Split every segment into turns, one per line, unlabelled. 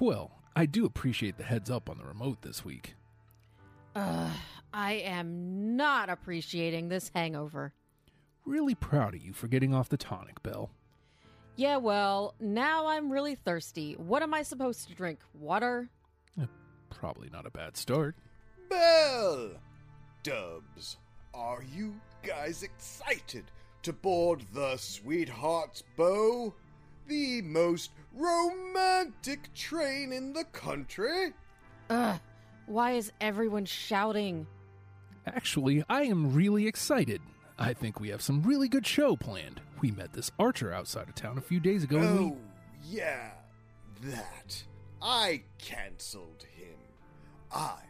Well, I do appreciate the heads up on the remote this week.
I am not appreciating this hangover.
Really proud of you for getting off the tonic, Belle.
Yeah, well, now I'm really thirsty. What am I supposed to drink? Water?
Probably not a bad start.
Bell! Dubs, are you guys excited to board the Sweetheart's Bow? The most romantic train in the country?
Ugh, why is everyone shouting?
Actually, I am really excited. I think we have some really good show planned. We met this archer outside of town a few days ago. and we-
Oh, yeah, that. I cancelled him. I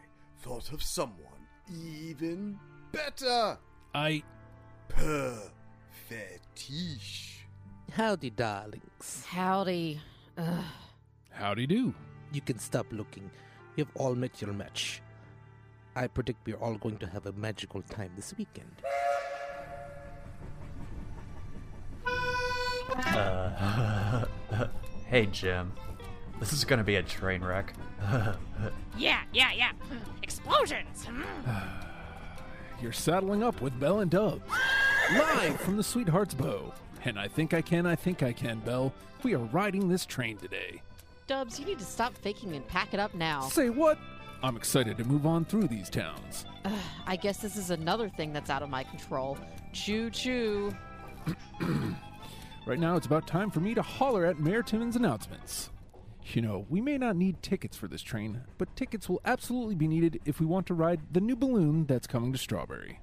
thought of someone even better.
I.
Perfetiche.
Howdy, darlings.
Howdy.
Howdy do.
You can stop looking. You've all met your match. I predict we're all going to have a magical time this weekend.
Uh, Hey, Jim. This is gonna be a train wreck.
Yeah, yeah, yeah. Hmm. Explosions! Mm.
You're saddling up with Belle and Dubs. Live from the Sweetheart's Bow. And I think I can, I think I can, Belle. We are riding this train today.
Dubs, you need to stop faking and pack it up now.
Say what? I'm excited to move on through these towns.
I guess this is another thing that's out of my control. Choo choo.
Right now, it's about time for me to holler at Mayor Timmons' announcements. You know, we may not need tickets for this train, but tickets will absolutely be needed if we want to ride the new balloon that's coming to Strawberry.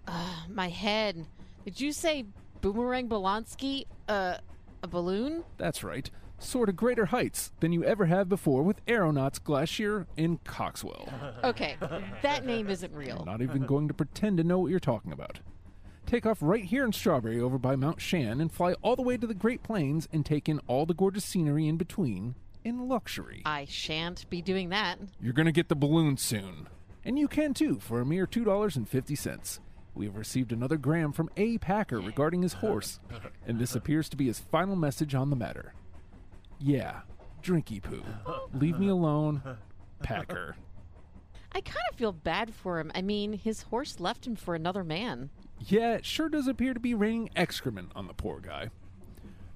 My head. Did you say Boomerang Balansky? Uh, a balloon?
That's right, soar to greater heights than you ever have before with aeronauts Glacier and Coxwell.
Okay, that name isn't real.
I'm not even going to pretend to know what you're talking about. Take off right here in Strawberry over by Mount Shan and fly all the way to the Great Plains and take in all the gorgeous scenery in between in luxury.
I shan't be doing that.
You're going to get the balloon soon. And you can too for a mere $2.50. We have received another gram from A. Packer regarding his horse, and this appears to be his final message on the matter. Yeah, drinky poo. Leave me alone, Packer.
I kind of feel bad for him. I mean, his horse left him for another man.
Yeah, it sure does appear to be raining excrement on the poor guy.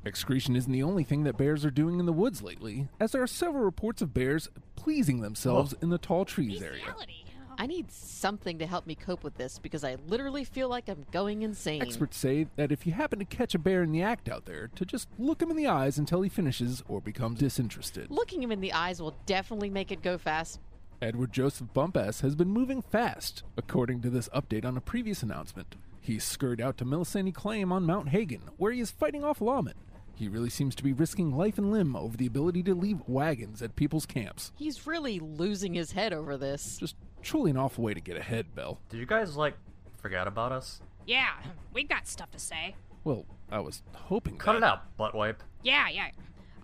Excretion isn't the only thing that bears are doing in the woods lately, as there are several reports of bears pleasing themselves in the tall trees area.
Bestiality.
I need something to help me cope with this because I literally feel like I'm going insane.
Experts say that if you happen to catch a bear in the act out there, to just look him in the eyes until he finishes or becomes disinterested.
Looking him in the eyes will definitely make it go fast.
Edward Joseph Bumpass has been moving fast, according to this update on a previous announcement. He scurried out to Millicent Claim on Mount Hagen, where he is fighting off lawmen. He really seems to be risking life and limb over the ability to leave wagons at people's camps.
He's really losing his head over this.
Just truly an awful way to get ahead, Bell.
Did you guys, like, forget about us?
Yeah, we got stuff to say.
Well, I was hoping
Cut
that.
it out, butt wipe.
Yeah, yeah.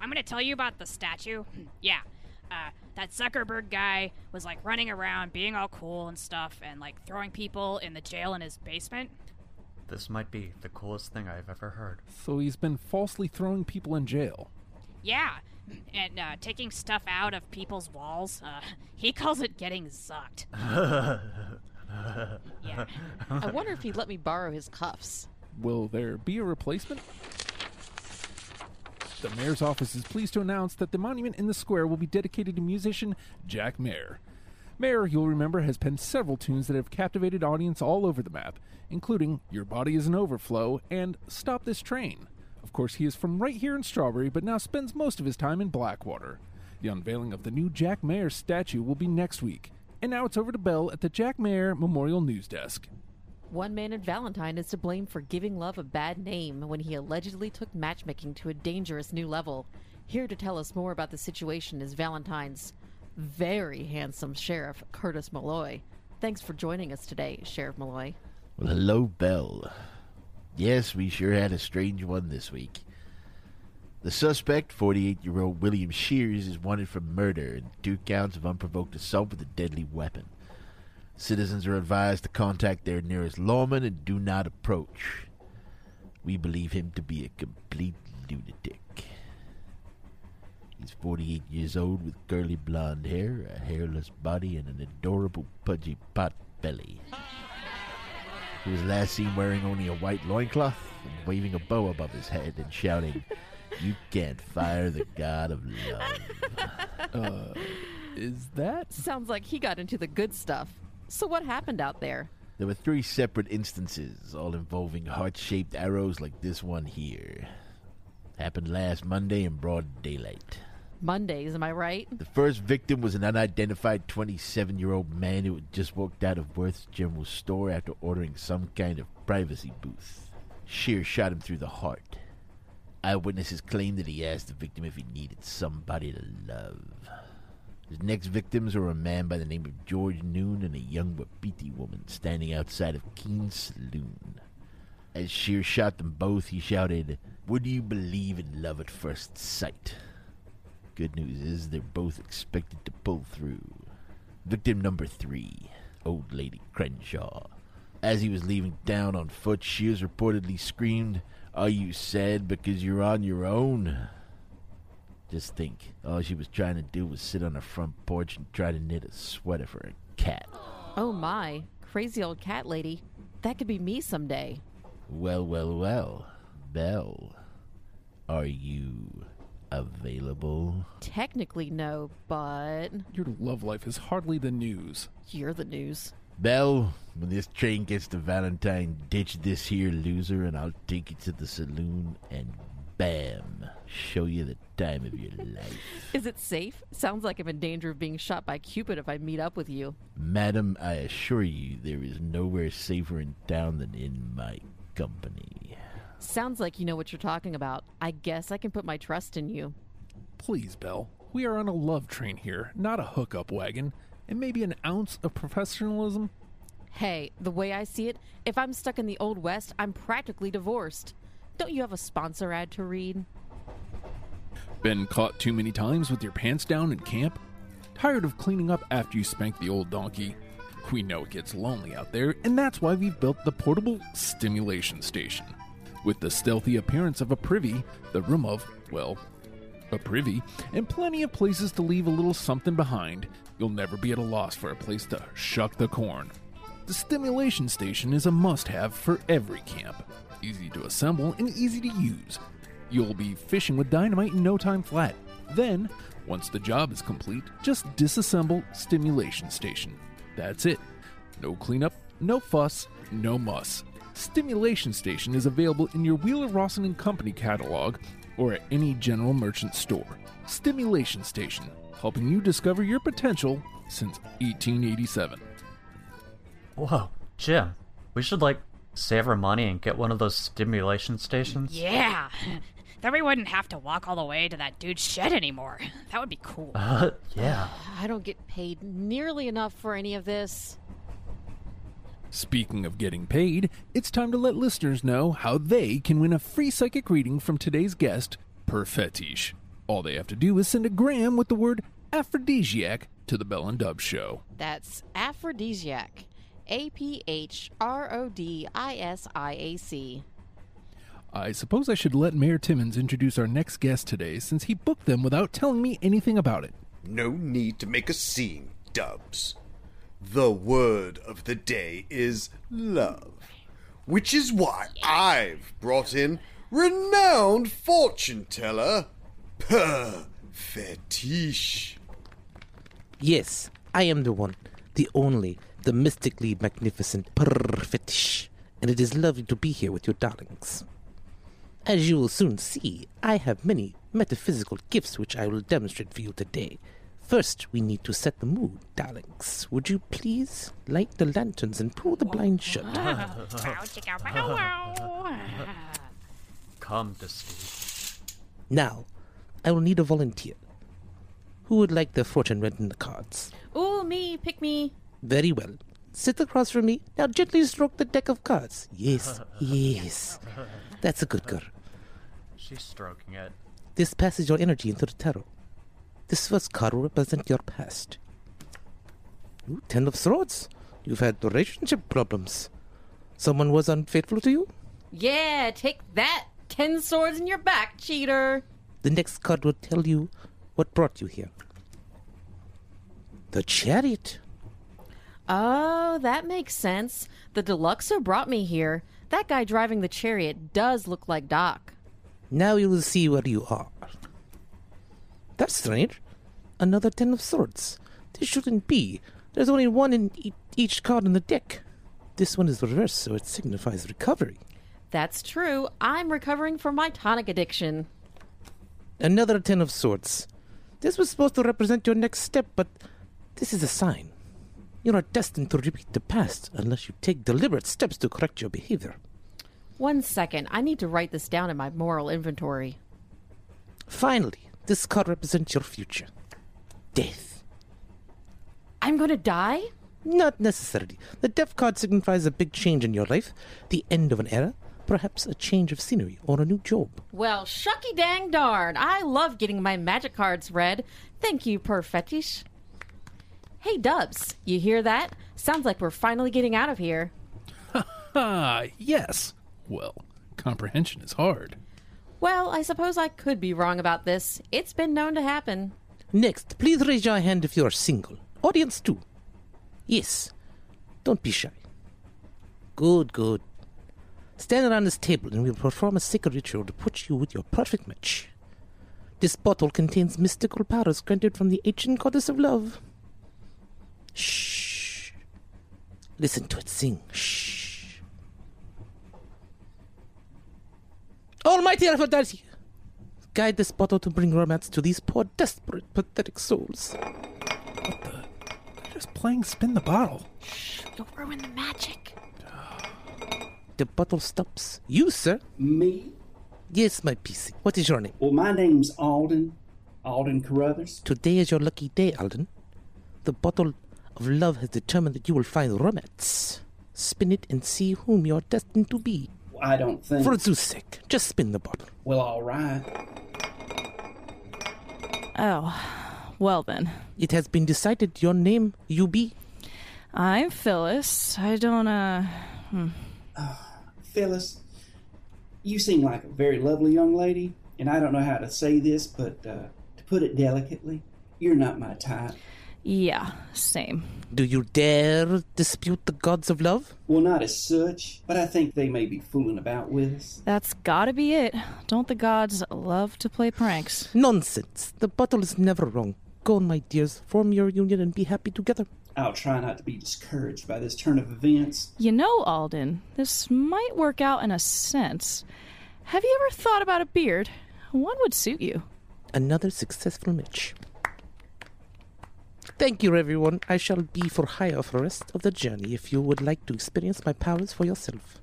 I'm gonna tell you about the statue. Hmm. Yeah. Uh, that Zuckerberg guy was like running around being all cool and stuff and like throwing people in the jail in his basement.
This might be the coolest thing I've ever heard.
So he's been falsely throwing people in jail.
Yeah. And uh, taking stuff out of people's walls. Uh, he calls it getting zucked. yeah.
I wonder if he'd let me borrow his cuffs.
Will there be a replacement? The mayor's office is pleased to announce that the monument in the square will be dedicated to musician Jack Mayer. Mayer, you'll remember, has penned several tunes that have captivated audience all over the map, including Your Body is an Overflow and Stop This Train. Of course, he is from right here in Strawberry, but now spends most of his time in Blackwater. The unveiling of the new Jack Mayer statue will be next week. And now it's over to Bell at the Jack Mayer Memorial News Desk.
One man in Valentine is to blame for giving love a bad name when he allegedly took matchmaking to a dangerous new level. Here to tell us more about the situation is Valentine's very handsome sheriff, Curtis Malloy. Thanks for joining us today, Sheriff Malloy.
Well, hello, Bell. Yes, we sure had a strange one this week. The suspect, 48 year old William Shears, is wanted for murder and two counts of unprovoked assault with a deadly weapon. Citizens are advised to contact their nearest lawman and do not approach. We believe him to be a complete lunatic. He's 48 years old with curly blonde hair, a hairless body, and an adorable pudgy pot belly. He was last seen wearing only a white loincloth and waving a bow above his head and shouting, You can't fire the god of love.
Uh, Is that
Sounds like he got into the good stuff. So what happened out there?
There were three separate instances, all involving heart shaped arrows like this one here. Happened last Monday in broad daylight.
Mondays, am I right?
The first victim was an unidentified 27 year old man who had just walked out of Worth's general store after ordering some kind of privacy booth. Shear shot him through the heart. Eyewitnesses claim that he asked the victim if he needed somebody to love. His next victims were a man by the name of George Noon and a young Wapiti woman standing outside of Keene's saloon. As Shear shot them both, he shouted, Would you believe in love at first sight? Good news is they're both expected to pull through. Victim number three, old lady Crenshaw. As he was leaving town on foot, Shears reportedly screamed, Are you sad because you're on your own? Just think, all she was trying to do was sit on her front porch and try to knit a sweater for a cat.
Oh my, crazy old cat lady. That could be me someday.
Well, well, well. Belle, are you available?
Technically no, but
your love life is hardly the news?
you're the news.
Belle, when this train gets to Valentine, ditch this here loser and I'll take you to the saloon and bam, show you the time of your life.
Is it safe? Sounds like I'm in danger of being shot by Cupid if I meet up with you.
Madam, I assure you there is nowhere safer in town than in my company.
Sounds like you know what you're talking about. I guess I can put my trust in you.
Please, Belle. We are on a love train here, not a hookup wagon. And maybe an ounce of professionalism?
Hey, the way I see it, if I'm stuck in the Old West, I'm practically divorced. Don't you have a sponsor ad to read?
Been caught too many times with your pants down in camp? Tired of cleaning up after you spank the old donkey? We know it gets lonely out there, and that's why we've built the portable stimulation station. With the stealthy appearance of a privy, the room of, well, a privy, and plenty of places to leave a little something behind, you'll never be at a loss for a place to shuck the corn. The stimulation station is a must have for every camp. Easy to assemble and easy to use. You'll be fishing with dynamite in no time flat. Then, once the job is complete, just disassemble stimulation station. That's it. No cleanup, no fuss, no muss. Stimulation Station is available in your Wheeler Rawson and Company catalog or at any general merchant store. Stimulation Station, helping you discover your potential since 1887.
Whoa, Jim, we should like save our money and get one of those stimulation stations.
Yeah. Hmm. Then we wouldn't have to walk all the way to that dude's shed anymore. That would be cool.
Uh, yeah.
I don't get paid nearly enough for any of this.
Speaking of getting paid, it's time to let listeners know how they can win a free psychic reading from today's guest, Per Fetish. All they have to do is send a gram with the word aphrodisiac to the Bell and Dub Show.
That's aphrodisiac. A P H R O D I S I A C.
I suppose I should let Mayor Timmons introduce our next guest today since he booked them without telling me anything about it.
No need to make a scene, Dubs. The word of the day is love, which is why I've brought in renowned fortune teller, Per Fetish.
Yes, I am the one, the only, the mystically magnificent Perfetish, and it is lovely to be here with your darlings. As you will soon see, I have many metaphysical gifts which I will demonstrate for you today. First, we need to set the mood, darlings. Would you please light the lanterns and pull the blind shut?
Bow, chicka, bow, wow.
Come to Steve.
Now, I will need a volunteer. Who would like their fortune read in the cards?
Ooh, me, pick me.
Very well. Sit across from me. Now gently stroke the deck of cards. Yes, yes. That's a good girl.
She's stroking it.
This passes your energy into the tarot. This first card will represent your past. Ooh, Ten of Swords. You've had relationship problems. Someone was unfaithful to you?
Yeah, take that. Ten swords in your back, cheater.
The next card will tell you What brought you here? The chariot.
Oh, that makes sense. The Deluxo brought me here. That guy driving the chariot does look like Doc.
Now you will see where you are. That's strange. Another ten of swords. This shouldn't be. There's only one in e- each card on the deck. This one is reversed, so it signifies recovery.
That's true. I'm recovering from my tonic addiction.
Another ten of swords. This was supposed to represent your next step, but this is a sign. You are destined to repeat the past unless you take deliberate steps to correct your behavior.
One second. I need to write this down in my moral inventory.
Finally, this card represents your future. Death.
I'm going to die?
Not necessarily. The death card signifies a big change in your life, the end of an era, perhaps a change of scenery or a new job.
Well, shucky dang darn. I love getting my magic cards read. Thank you, Perfetish. Hey, Dubs, you hear that? Sounds like we're finally getting out of here.
Ah, yes. Well, comprehension is hard.
Well, I suppose I could be wrong about this. It's been known to happen.
Next, please raise your hand if you are single. Audience too. Yes. Don't be shy. Good, good. Stand around this table and we'll perform a sacred ritual to put you with your perfect match. This bottle contains mystical powers granted from the ancient goddess of love. Shh. Listen to it sing. Shh. Almighty Aphrodite! Guide this bottle to bring romance to these poor, desperate, pathetic souls.
They're just playing spin the bottle.
You'll ruin the magic.
The bottle stops. You, sir?
Me?
Yes, my PC. What is your name?
Well, my name's Alden. Alden Carruthers.
Today is your lucky day, Alden. The bottle of love has determined that you will find romance. Spin it and see whom you are destined to be.
I don't think.
For Zeus' sake, just spin the bottle.
well, all right.
Oh, well then.
It has been decided your name, you be.
I'm Phyllis. I don't, uh.
Phyllis, you seem like a very lovely young lady, and I don't know how to say this, but uh, to put it delicately, you're not my type.
Yeah, same.
Do you dare dispute the gods of love?
Well, not as such, but I think they may be fooling about with us.
That's gotta be it. Don't the gods love to play pranks?
Nonsense. The bottle is never wrong. Go, my dears, form your union and be happy together.
I'll try not to be discouraged by this turn of events.
You know, Alden, this might work out in a sense. Have you ever thought about a beard? One would suit you.
Another successful match. Thank you, everyone. I shall be for hire for the rest of the journey if you would like to experience my powers for yourself.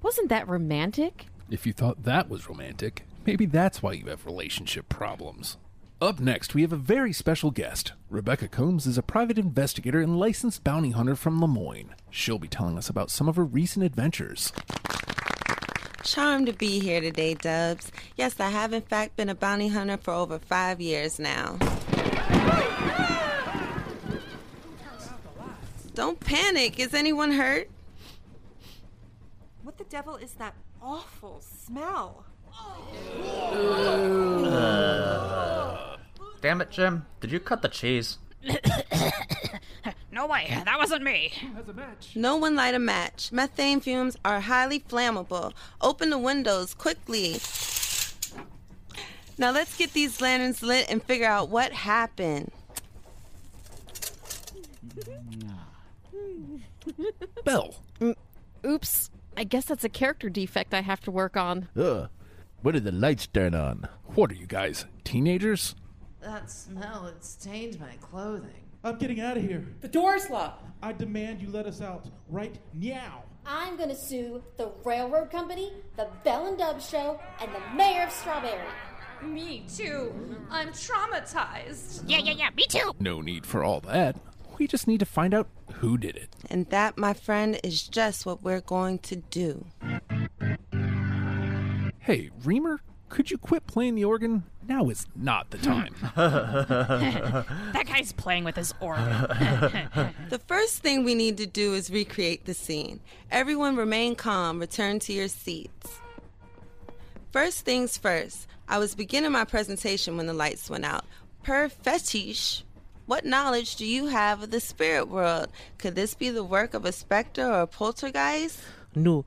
Wasn't that romantic?
If you thought that was romantic, maybe that's why you have relationship problems. Up next, we have a very special guest. Rebecca Combs is a private investigator and licensed bounty hunter from Lemoyne. She'll be telling us about some of her recent adventures.
Charmed to be here today, Dubs. Yes, I have in fact been a bounty hunter for over five years now. Don't panic. Is anyone hurt?
What the devil is that awful smell?
Damn it, Jim. Did you cut the cheese?
No way, that wasn't me.
No one light a match. Methane fumes are highly flammable. Open the windows quickly. Now let's get these lanterns lit and figure out what happened.
Belle,
Oops. I guess that's a character defect I have to work on.
Ugh. When did the lights turn on?
what are you guys, teenagers?
That smell, it stained my clothing.
I'm getting out of here.
The door's locked.
I demand you let us out right now.
I'm gonna sue the railroad company, the Bell and Dub Show, and the mayor of Strawberry.
Me too. I'm traumatized.
Yeah, yeah, yeah, me too.
No need for all that. We just need to find out who did it.
And that, my friend, is just what we're going to do.
Hey, Reamer, could you quit playing the organ? Now is not the time.
That guy's playing with his organ.
The first thing we need to do is recreate the scene. Everyone remain calm, return to your seats. First things first, I was beginning my presentation when the lights went out. Per fetish, what knowledge do you have of the spirit world? Could this be the work of a specter or a poltergeist?
No,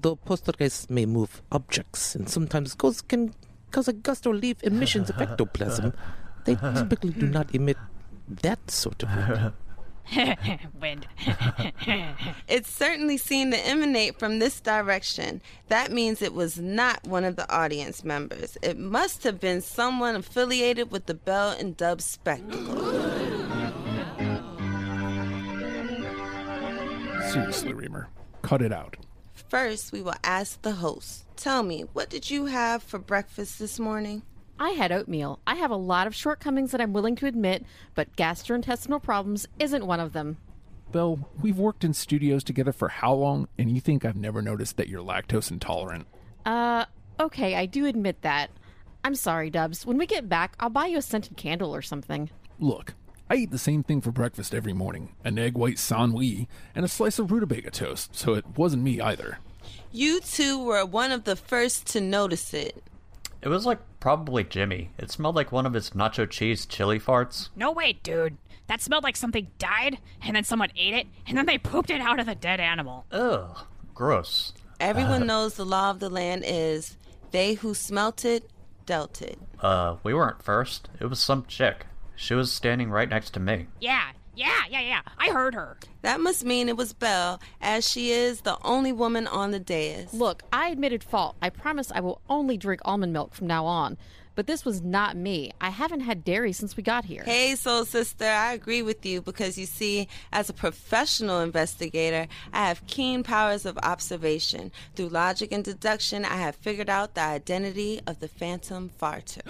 the poltergeist may move objects, and sometimes ghosts can cause a gust or leave emissions of ectoplasm. They typically do not emit that sort of wind.
Wind. it certainly seemed to emanate from this direction. That means it was not one of the audience members. It must have been someone affiliated with the Bell and Dub spectacle.
Seriously, Reamer. Cut it out.
First, we will ask the host. Tell me, what did you have for breakfast this morning?
I had oatmeal. I have a lot of shortcomings that I'm willing to admit, but gastrointestinal problems isn't one of them.
Belle, we've worked in studios together for how long, and you think I've never noticed that you're lactose intolerant?
Uh, okay, I do admit that. I'm sorry, Dubs. When we get back, I'll buy you a scented candle or something.
Look, I eat the same thing for breakfast every morning an egg white sandwich and a slice of rutabaga toast, so it wasn't me either.
You two were one of the first to notice it.
It was like probably Jimmy. It smelled like one of his nacho cheese chili farts.
No way, dude. That smelled like something died, and then someone ate it, and then they pooped it out of the dead animal.
Ugh, gross.
Everyone
Uh,
knows the law of the land is they who smelt it, dealt it.
Uh, we weren't first. It was some chick. She was standing right next to me.
Yeah, yeah, yeah, yeah. I heard her. That must mean it was Belle, as she is the only woman on the dais.
Look, I admitted fault. I promise I will only drink almond milk from now on. But this was not me. I haven't had dairy since we got here.
Hey, soul sister, I agree with you because you see, as a professional investigator, I have keen powers of observation. Through logic and deduction, I have figured out the identity of the phantom farter.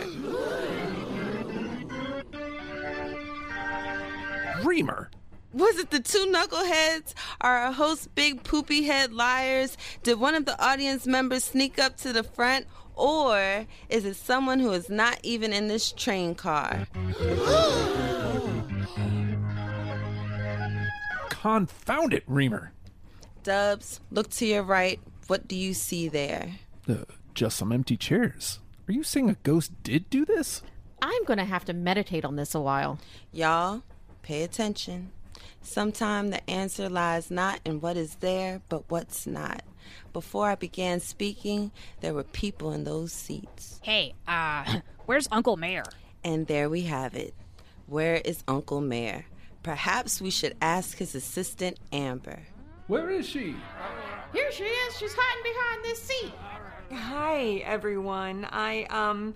Reamer!
Was it the two knuckleheads? Are our hosts big poopy head liars? Did one of the audience members sneak up to the front? Or is it someone who is not even in this train car?
Confound it, Reamer!
Dubs, look to your right. What do you see there?
Uh, just some empty chairs. Are you saying a ghost did do this?
I'm going to have to meditate on this a while.
Y'all, pay attention. Sometime the answer lies not in what is there, but what's not. Before I began speaking, there were people in those seats.
Hey, uh, where's Uncle Mayor?
And there we have it. Where is Uncle Mayor? Perhaps we should ask his assistant, Amber.
Where is she?
Here she is. She's hiding behind this seat.
Hi, everyone. I, um,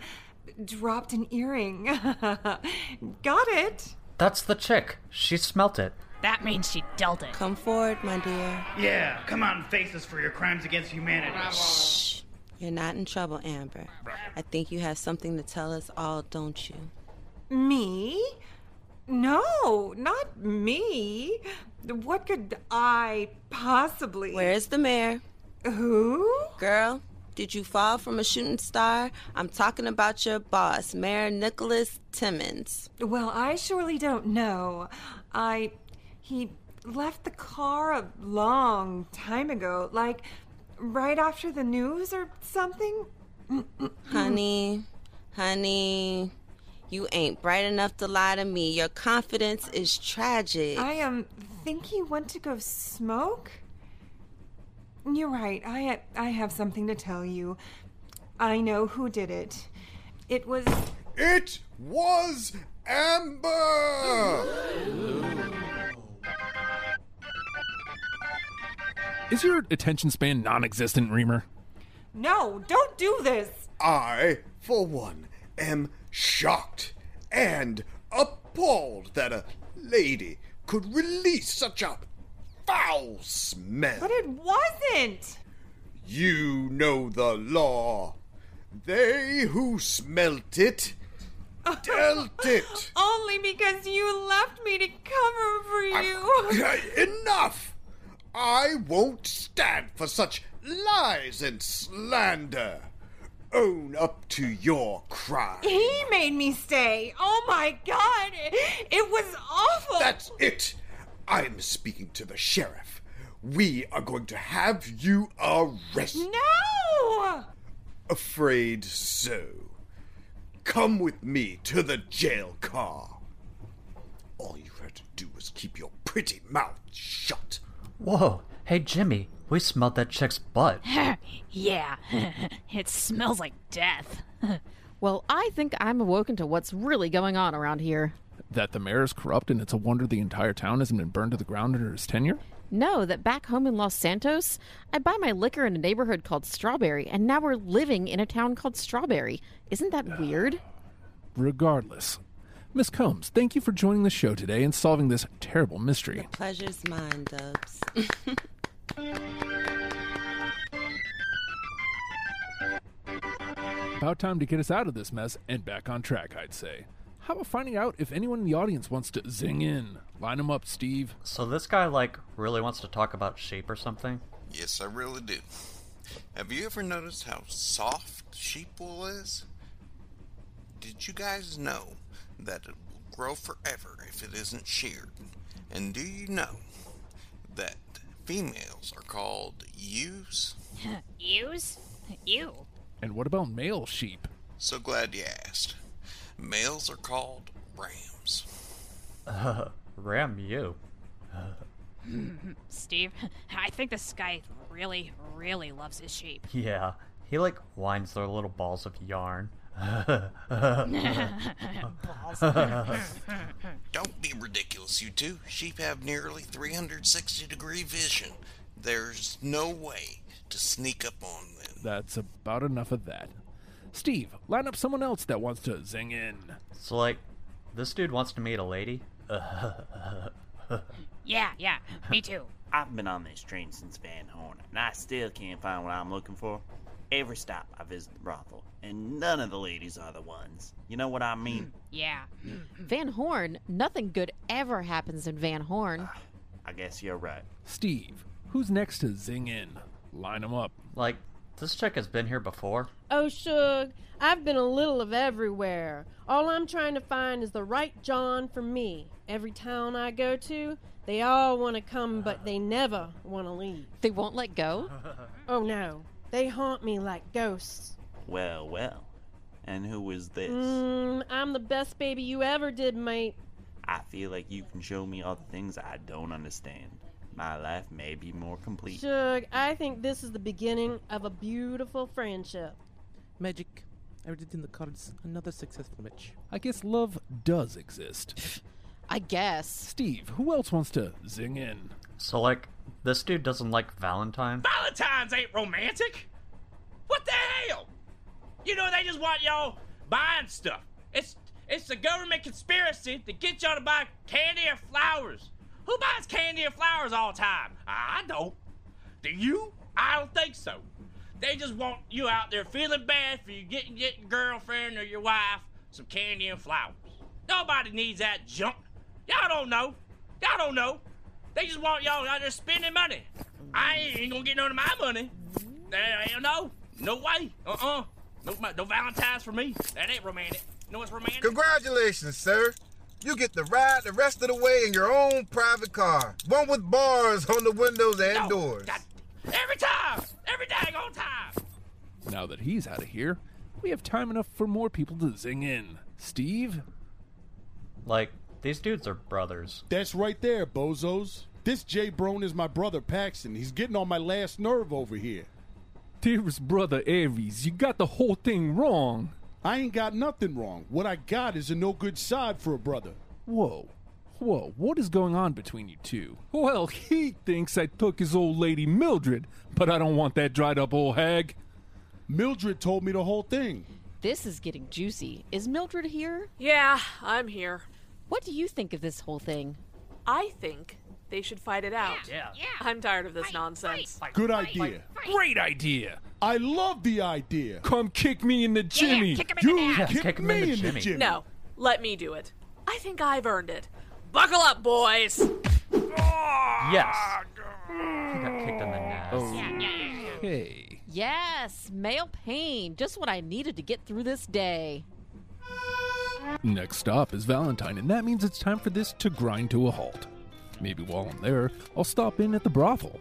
dropped an earring. Got it.
That's the chick. She smelt it.
That means she dealt it.
Come forward, my dear.
Yeah, come on, face us for your crimes against humanity.
Shh. You're not in trouble, Amber. I think you have something to tell us all, don't you?
Me? No, not me. What could I possibly.
Where's the mayor?
Who?
Girl, did you fall from a shooting star? I'm talking about your boss, Mayor Nicholas Timmons.
Well, I surely don't know. I. He left the car a long time ago, like right after the news or something.
honey, honey, you ain't bright enough to lie to me. Your confidence is tragic.
I um think he went to go smoke. You're right. I I have something to tell you. I know who did it. It was
It was Amber!
Is your attention span non existent, Reamer?
No, don't do this.
I, for one, am shocked and appalled that a lady could release such a foul smell.
But it wasn't.
You know the law. They who smelt it dealt it.
Only because you left me to cover for you.
Enough! I won't stand for such lies and slander. Own up to your crime.
he made me stay. Oh my god. It was awful.
That's it. I'm speaking to the sheriff. We are going to have you arrested.
No!
afraid so. Come with me to the jail car. All you had to do was keep your pretty mouth shut.
Whoa. Hey, Jimmy, we smelled that chick's butt.
yeah, it smells like death.
well, I think I'm awoken to what's really going on around here.
That the mayor is corrupt and it's a wonder the entire town hasn't been burned to the ground under his tenure?
No, that back home in Los Santos, I buy my liquor in a neighborhood called Strawberry, and now we're living in a town called Strawberry. Isn't that weird?
Regardless. Miss Combs, thank you for joining the show today and solving this terrible mystery.
Pleasure's mine, Dubs.
About time to get us out of this mess and back on track, I'd say. How about finding out if anyone in the audience wants to zing in? Line them up, Steve.
So this guy, like, really wants to talk about sheep or something?
Yes, I really do. Have you ever noticed how soft sheep wool is? Did you guys know that it will grow forever if it isn't sheared? And do you know that females are called ewes?
Ewes? Ew.
And what about male sheep?
So glad you asked. Males are called rams.
Uh, ram you.
Steve, I think this guy really, really loves his sheep.
Yeah, he, like, winds their little balls of yarn.
Don't be ridiculous, you two. Sheep have nearly 360 degree vision. There's no way to sneak up on them.
That's about enough of that. Steve, line up someone else that wants to zing in.
So, like, this dude wants to meet a lady?
Yeah, yeah, me too.
I've been on this train since Van Horn, and I still can't find what I'm looking for. Every stop I visit the brothel, and none of the ladies are the ones. You know what I mean?
Yeah.
Van Horn, nothing good ever happens in Van Horn.
I guess you're right.
Steve, who's next to zing in? Line them up.
Like, this chick has been here before.
Oh, Suge, I've been a little of everywhere. All I'm trying to find is the right John for me. Every town I go to, they all want to come, but they never want to leave.
They won't let go?
Oh, no. They haunt me like ghosts.
Well, well. And who is this?
Hmm.
Mm, I'm the best baby you ever did, mate.
I feel like you can show me all the things I don't understand. My life may be more complete.
Suge, I think this is the beginning of a beautiful friendship.
Magic. I read it in the cards. Another successful match.
I guess love does exist.
I guess.
Steve, who else wants to zing in?
So, like, this dude doesn't like Valentine?
Valentine's ain't romantic. What the hell? You know they just want y'all buying stuff. It's it's a government conspiracy to get y'all to buy candy or flowers. Who buys candy and flowers all the time? I don't. Do you? I don't think so. They just want you out there feeling bad for you getting get your girlfriend or your wife some candy and flowers. Nobody needs that junk. Y'all don't know. Y'all don't know. They just want y'all out there spending money. I ain't, ain't gonna get none of my money. Hell no. No way. Uh-uh. No, no Valentine's for me. That ain't romantic. No, it's romantic.
Congratulations, sir. You get to ride the rest of the way in your own private car, one with bars on the windows and
No,
doors.
Every time. Every daggone time.
Now that he's out of here, we have time enough for more people to zing in. Steve?
Like, these dudes are brothers.
That's right there, bozos. This Jay Brone is my brother Paxton. He's getting on my last nerve over here.
Dearest brother Aries, you got the whole thing wrong.
I ain't got nothing wrong. What I got is a no good side for a brother.
Whoa. Whoa, what is going on between you two? Well, he thinks I took his old lady Mildred, but I don't want that dried up old hag.
Mildred told me the whole thing.
This is getting juicy. Is Mildred here?
Yeah, I'm here.
What do you think of this whole thing?
I think they should fight it out. Yeah. yeah. I'm tired of this nonsense.
Good idea.
Great idea.
I love the idea.
Come kick me in the Jimmy.
you kick, me in the, Jimmy.
No, let me do it. I think I've earned it. Buckle up, boys.
Yes. He got kicked in the nuts.
Okay.
Yes, male pain. Just what I needed to get through this day.
Next up is Valentine, and that means it's time for this to grind to a halt. Maybe while I'm there, I'll stop in at the brothel.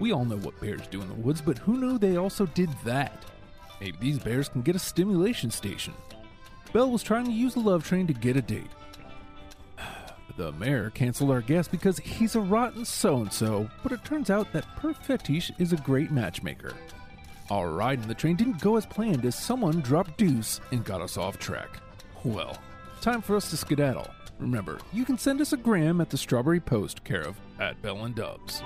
We all know what bears do in the woods, but who knew they also did that? Maybe these bears can get a stimulation station. Belle was trying to use the love train to get a date. But The mayor canceled our guest because he's a rotten so and so, but it turns out that Per Fetish is a great matchmaker. Our ride in the train didn't go as planned as someone dropped deuce and got us off track. Well, time for us to skedaddle. Remember, you can send us a gram at the Strawberry Post, care of at Bell and Dubs.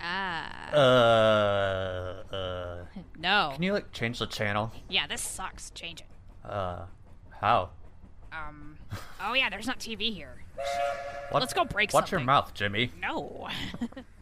Ah.
Uh, uh.
No.
Can you like change the channel?
Yeah, this sucks. Change it.
Uh, how?
Um. Oh yeah, there's not TV here.
What-
Let's go break
Watch your
something.
mouth, Jimmy.
No.